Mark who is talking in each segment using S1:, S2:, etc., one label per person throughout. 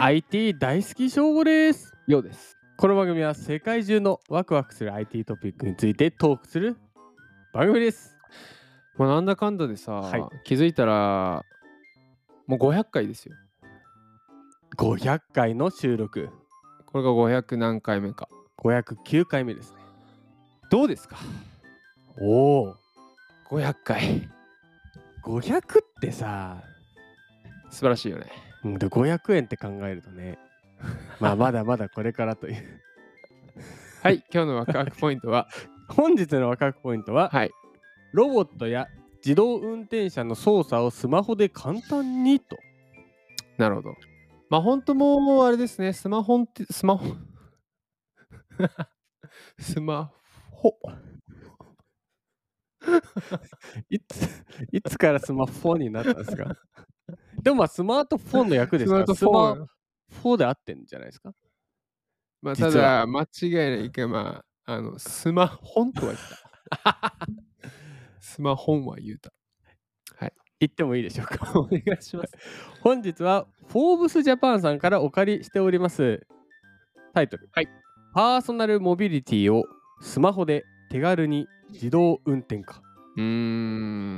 S1: IT 大好き翔吾です
S2: ようです。
S1: この番組は世界中のワクワクする IT トピックについてトークする番組です
S2: まあ、なんだかんだでさ、
S1: はい
S2: 気づいたらもう500回ですよ。
S1: 500回の収録
S2: これが500何回目か。
S1: 509回目ですね
S2: どうですか
S1: おお
S2: ?500 回。
S1: 500ってさ
S2: 素晴らしいよね。
S1: うんと500円って考えるとね まあまだまだこれからという
S2: はい、今日のワクワクポイントは、
S1: 本日のワクワクポイントは
S2: はい、
S1: ロボットや自動運転車の操作をスマホで簡単にと
S2: なるほど。まあ本当もうあれですね、スマホって、ス マホ。スマホ。
S1: いつ いつからスマホになったんですか でもまあスマートフォンの役ですから
S2: スマートフォン。
S1: フォーで合ってんじゃないですか
S2: まあ、
S1: 実は
S2: ただ、間違いないけど、まあ、あの、スマホンとは言った。 スマホンは言うた。
S1: 言ってもいいでしょうか
S2: お願いします。
S1: 本日はフォーブスジャパンさんからお借りしておりますタイトル、
S2: はい
S1: パーソナルモビリティをスマホで手軽に自動運転化
S2: うーん。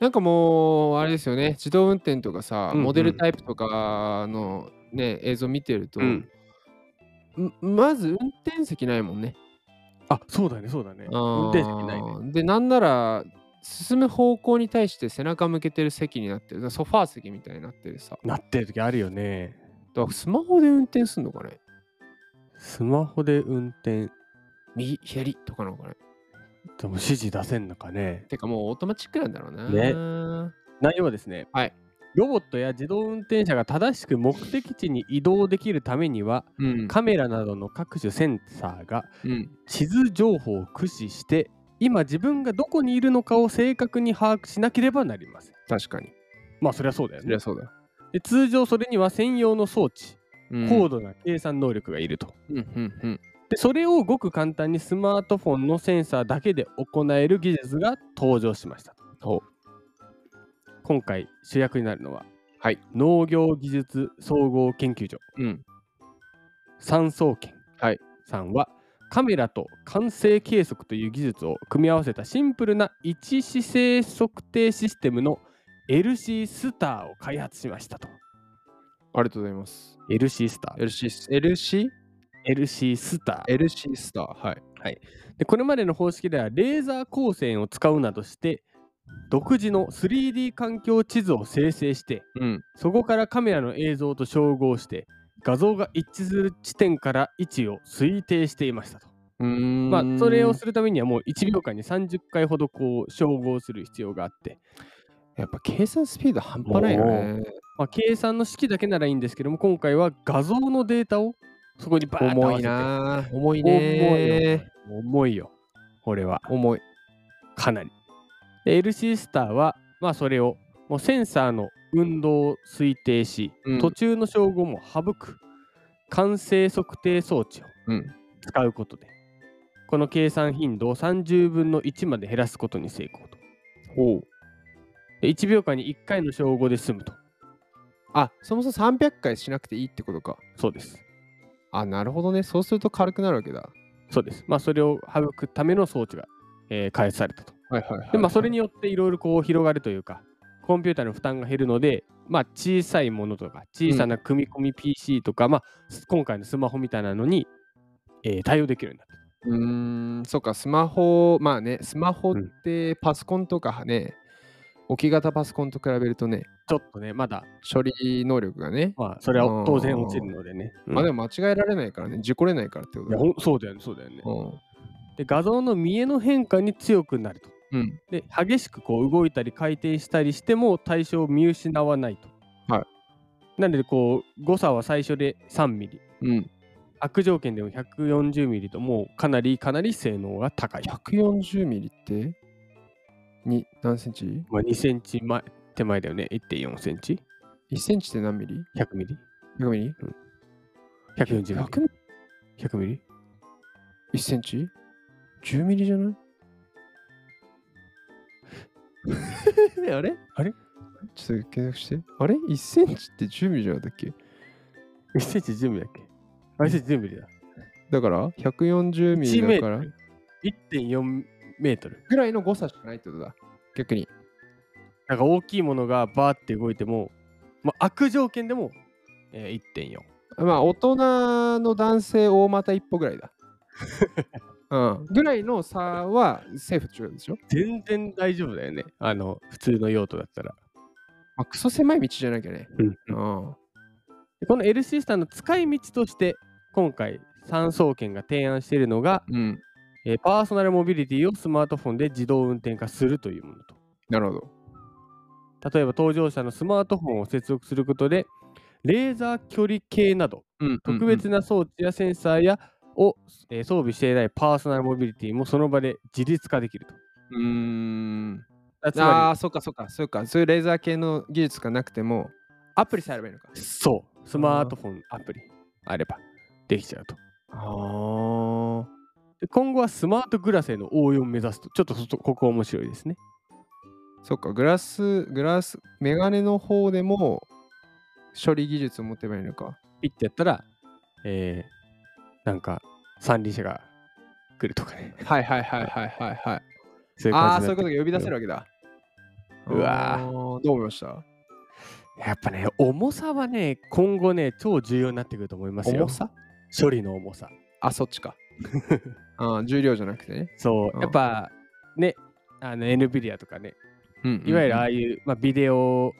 S2: なんかもう、あれですよね、自動運転とかさ、
S1: うんうん
S2: モデルタイプとかのね、映像見てると、
S1: うん
S2: んまず運転席ないもんね。
S1: あそうだねそうだね運
S2: あー
S1: 転席ないね
S2: で、なんなら、進む方向に対して背中向けてる席になってる、ソファー席みたいになってるさ。
S1: なってる時あるよね
S2: だからスマホで運転すんのかね
S1: スマホで運転
S2: 右、左とかなのかね
S1: でも指示出せんのかね
S2: てかもうオートマチックなんだろうな。
S1: ね内容はですね、
S2: はい
S1: ロボットや自動運転車が正しく目的地に移動できるためには
S2: うん。
S1: カメラなどの各種センサーが
S2: うん。
S1: 地図情報を駆使して今自分がどこにいるのかを正確に把握しなければなりません
S2: 確かに。
S1: まあそりゃそうだよ
S2: そり
S1: ね
S2: ゃそうだ。
S1: で通常それには専用の装置
S2: うん
S1: 高度な計算能力がいると、
S2: うんうんうん。
S1: でそれをごく簡単にスマートフォンのセンサーだけで行える技術が登場しました
S2: ほ
S1: 今回主役になるのは、
S2: はい
S1: 農業技術総合研究所
S2: う。うん。
S1: 産総研
S2: はい
S1: さんは、カメラと慣性計測という技術を組み合わせたシンプルな位置姿勢測定システムの LC スターを開発しましたと。
S2: ありがとうございます。
S1: LC スター。
S2: LC ス LC?
S1: LC スター。
S2: LC スター。はい。
S1: でこれまでの方式ではレーザー光線を使うなどして独自の 3D 環境地図を生成して
S2: うん。
S1: そこからカメラの映像と照合して画像が一致する地点から位置を推定していましたと。
S2: うーん
S1: まあ、それをするためにはもう1秒間に30回ほどこう照合する必要があって、
S2: やっぱ計算スピード半端ないよね。
S1: まあ、計算の式だけならいいんですけども今回は画像のデータをそこにバーッと合わ
S2: 重
S1: せ
S2: い
S1: て
S2: なぁ。重
S1: 重い
S2: いね
S1: よ重いよこれは
S2: ー。重い。
S1: かなりで LC スターは、まあ、それをもうセンサーの運動を推定し、
S2: うん
S1: 途中の照合も省く完成測定装置を
S2: うん
S1: 使うことで、この計算頻度を30分の1まで減らすことに成功と。
S2: おう
S1: で1秒間に1回の称号で済むと。
S2: あ、そもそも300回しなくていいってことか。
S1: そうです。
S2: あ、なるほどね。そうすると軽くなるわけだ。
S1: そうです。まあ、それを省くための装置が、えー開発されたと。
S2: はいはいはい。
S1: で、まあ、それによっていろいろこう広がるというか、コンピューターの負担が減るので、まあ、小さいものとか、小さな組み込み PC とか、まあ、す今回のスマホみたいなのに、えー対応できるようになった。
S2: うーん、そうか、スマホ、まあね、スマホってパソコンとかね、置き型パソコンと比べるとね、
S1: ちょっとね、まだ、
S2: 処理能力がね、
S1: まあ、それは当然落ちるのでね。うん
S2: まあでも間違えられないからね、事故れないからってこと
S1: いや
S2: だ
S1: ほんそうだよね、そうだよね。
S2: うん
S1: で、画像の見えの変化に強くなると。
S2: うん、
S1: で激しくこう動いたり回転したりしても対象を見失わないと。
S2: はい
S1: なのでこう誤差は最初で3ミリ
S2: うん。
S1: 悪条件でも140ミリともうかなりかなり性能が高い、
S2: 140ミリって、に何センチ
S1: まあ、2センチ前手前だよね1.4センチ
S2: ?1 センチって何ミリ
S1: 100ミリ
S2: ?100 ミリ
S1: 140ミ
S2: ?100
S1: リ100
S2: ミ
S1: ミリ
S2: リ ?1 センチ ?10 ミリじゃないあれ
S1: あれ
S2: ちょっと検索して。あれ ?1 センチって10ミリじゃなかったっけ
S1: 1cm 10ミリだっけあ、1cm 10ミリだ。
S2: だから、140ミリ
S1: 1メー
S2: だ
S1: ト
S2: から
S1: ル、1.4メートル。
S2: ぐらいの誤差しかないってことだ。逆に。
S1: なんか大きいものがバーって動いても、まあ、悪条件でも、えー1.4。
S2: まあ、大人の男性大股一歩ぐらいだ。うん、ぐらいの差はセーフ中でしょ、
S1: 全然大丈夫だよね。あの、普通の用途だったら。
S2: まあ、クソ狭い道じゃなきゃね。うん。
S1: でこの LC スターの使い道として、今回、三総研が提案しているのが、
S2: うん。
S1: えーパーソナルモビリティをスマートフォンで自動運転化するというものと。
S2: なるほど。
S1: 例えば、搭乗者のスマートフォンを接続することで、レーザー距離計など、
S2: うん
S1: 特別な装置やセンサーやを、えー装備していないパーソナルモビリティもその場で自律化できると。
S2: うん。うん
S1: あつ
S2: あ
S1: ま
S2: あ、そっかそっか、そうか。そういうレーザー系の技術がなくても、アプリさえあればいいのか。
S1: り、そう、スマートフォンアプリあればできちゃうと。
S2: ああ。
S1: で今後はスマートグラスへの応用を目指すと、ちょっとそここ面白いですね。
S2: そっか、グラス、グラス、メガネの方でも処理技術を持てばいいのか。
S1: ピッてやったら、えー、なんか三輪車が来るとかね。
S2: はいはいはいはいはいはい。
S1: そういう
S2: あ
S1: 感
S2: あ、
S1: じ
S2: そういうこと
S1: う
S2: が呼び出せるわけだ。
S1: うんうわー
S2: あーどう思いました
S1: ことやっぱね、重さはね、今後ね、超重要になってくると思いますよ。
S2: 重さ
S1: 処理の重さ。
S2: あ、そっ ちか。あー重量じゃなくてね。
S1: そうう、
S2: ん
S1: やっぱね、あの NVIDIA とかね、
S2: うん
S1: いわゆるあ
S2: あ
S1: あいう、まあ、ビデオ、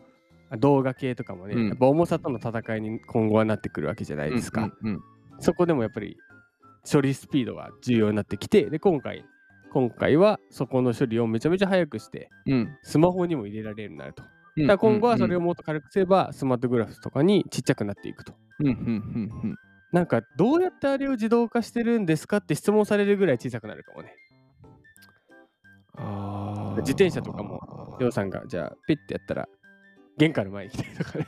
S1: 動画系とかもね、
S2: うん
S1: やっぱ重さとの戦いに今後はなってくるわけじゃないですか。。
S2: うんうんうん
S1: そこでもやっぱり処理スピードが重要になってきて、で、今回、今回はそこの処理をめちゃめちゃ早くして、
S2: うん
S1: スマホにも入れられるようになると。
S2: うん。
S1: だから今後はそれを
S2: も。
S1: もっと軽くすれば、スマートグラフとかにちっちゃくなっていくと。
S2: うんうんうんうん。
S1: なんか、どうやってあれを自動化してるんですかって質問されるぐらい小さくなるかもね。
S2: あー
S1: 自転車とかもりょうさんが、じゃあ、ピッてやったら、玄関の前に来たりとかね。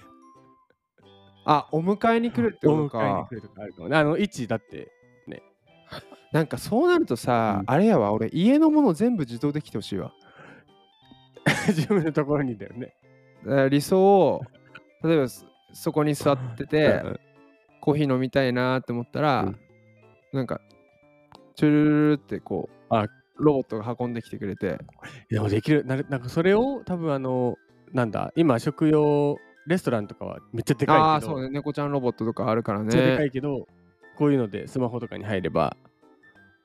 S2: あ、お迎えに来るってこと
S1: お迎えに
S2: か
S1: 来。るとかあるかもね。あの、位置だって、
S2: なんかそうなるとさ、
S1: うん
S2: あれやわ、俺家のもの全部自動できてほしいわ。
S1: 自分のところにだよね。
S2: だから理想を、例えばそそこに座ってて
S1: う、ん
S2: コーヒー飲みたいなーって思ったら、
S1: うん
S2: なんか、チュルルルルってこう、
S1: あ
S2: ロボットが運んできてくれて、
S1: でもできる、なるなんかそれを多分あの、なんだ、今食用レストランとかはめっちゃでかいけど、
S2: ああー、そうね、猫ちゃんロボットとかあるから
S1: めっちゃでか
S2: ね。
S1: いけど、こういうのでスマホとかに入れば、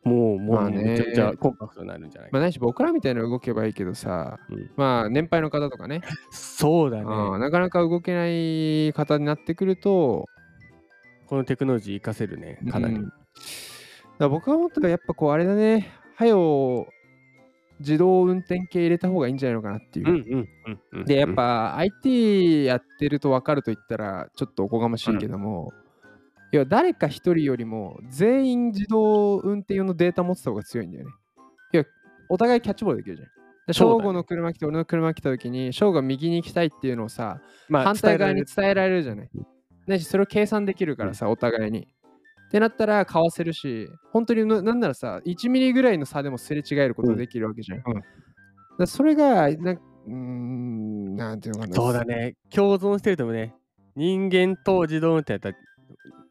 S1: もう、もう、
S2: まあね
S1: めちゃめちゃコンパクトになるんじゃないか。
S2: まあ、ないし僕らみたいなの動けばいいけどさ、
S1: うん
S2: まあ年配の方とかね、
S1: そうだ
S2: あ
S1: ね。
S2: ーなかなか動けない方になってくると、
S1: このテクノロジー活かせるね、かなり。
S2: うんだから僕が思ったらやっぱこうあれだね、はよ自動運転系入れた方がいいんじゃないのかなっていう。
S1: うんうんうん
S2: で、やっ、ぱ IT やってると分かると言ったらちょっとおこがましいけども、要は誰か一人よりも全員自動運転用のデータ持ってた方が強いんだよね。いや、お互いキャッチボールできるじゃん。で
S1: そうだね
S2: 翔吾の車来て俺の車来た時に翔吾が右に行きたいっていうのをさ、
S1: まあ
S2: 反対側に
S1: 伝
S2: 伝えられるじゃない。だし、それを計算できるからさ、お互いに。ってなったら、買わせるし、本当にななんならさ、1ミリぐらいの差でもすれ違えること
S1: うん
S2: できるわけじゃん。
S1: うん
S2: だからそれが、なんうーん、なんていうのか
S1: え
S2: な。
S1: るそうだね、共存してるともね、人間と自動運転やったら、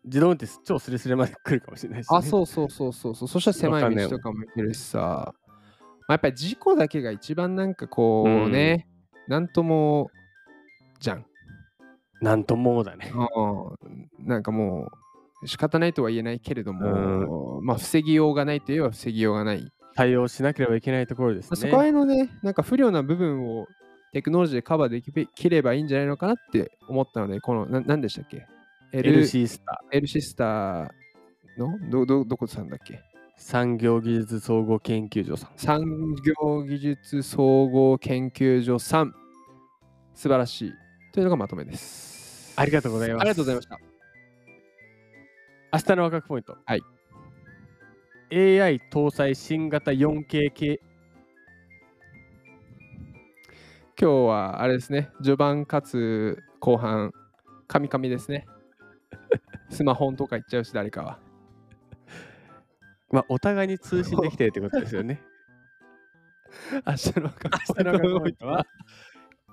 S1: 自動運転超スレスレまで来るかもしれないし、ね。
S2: あ、そうそうそうそうそう。そしたら狭い道とかも行けるしさ、まあ、やっぱり事故だけが一番なんかこうね、なんとも、じゃん。
S1: なんともだね。
S2: うんなんかもう仕方ないとは言えないけれども、まあ防ぎようがないといえば防ぎようがない。ま
S1: 対応しなければいけないところです
S2: あ
S1: ね。
S2: そこら辺のね、なんか不良な部分をテクノロジーでカバーできべきればいいんじゃないのかなって思ったので、この、ななんでしたっけ ?L,
S1: LC スター、
S2: L シスターのど、ど、どこさんだっけ
S1: 産業技術総合研究所さん。
S2: 産業技術総合研究所さん。素晴らしい。というのがまとめです。
S1: ありがとうございます
S2: ありがとうございました。
S1: 明日のワクワクポイント。
S2: はい。
S1: AI 搭載新型 4K 系。
S2: 今日はあれですね、序盤かつ後半、カミカミですね。スマホんとか行っちゃうし、誰かは。
S1: まあ、お互いに通信できてるってことですよ ね。
S2: 明日の明
S1: 明日のワクワクポイントは、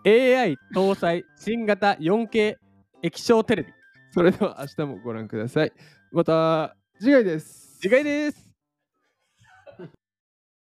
S1: AI 搭載新型 4K 液晶テレビ。
S2: それでは明日もご覧ください。また次回です。
S1: 次回です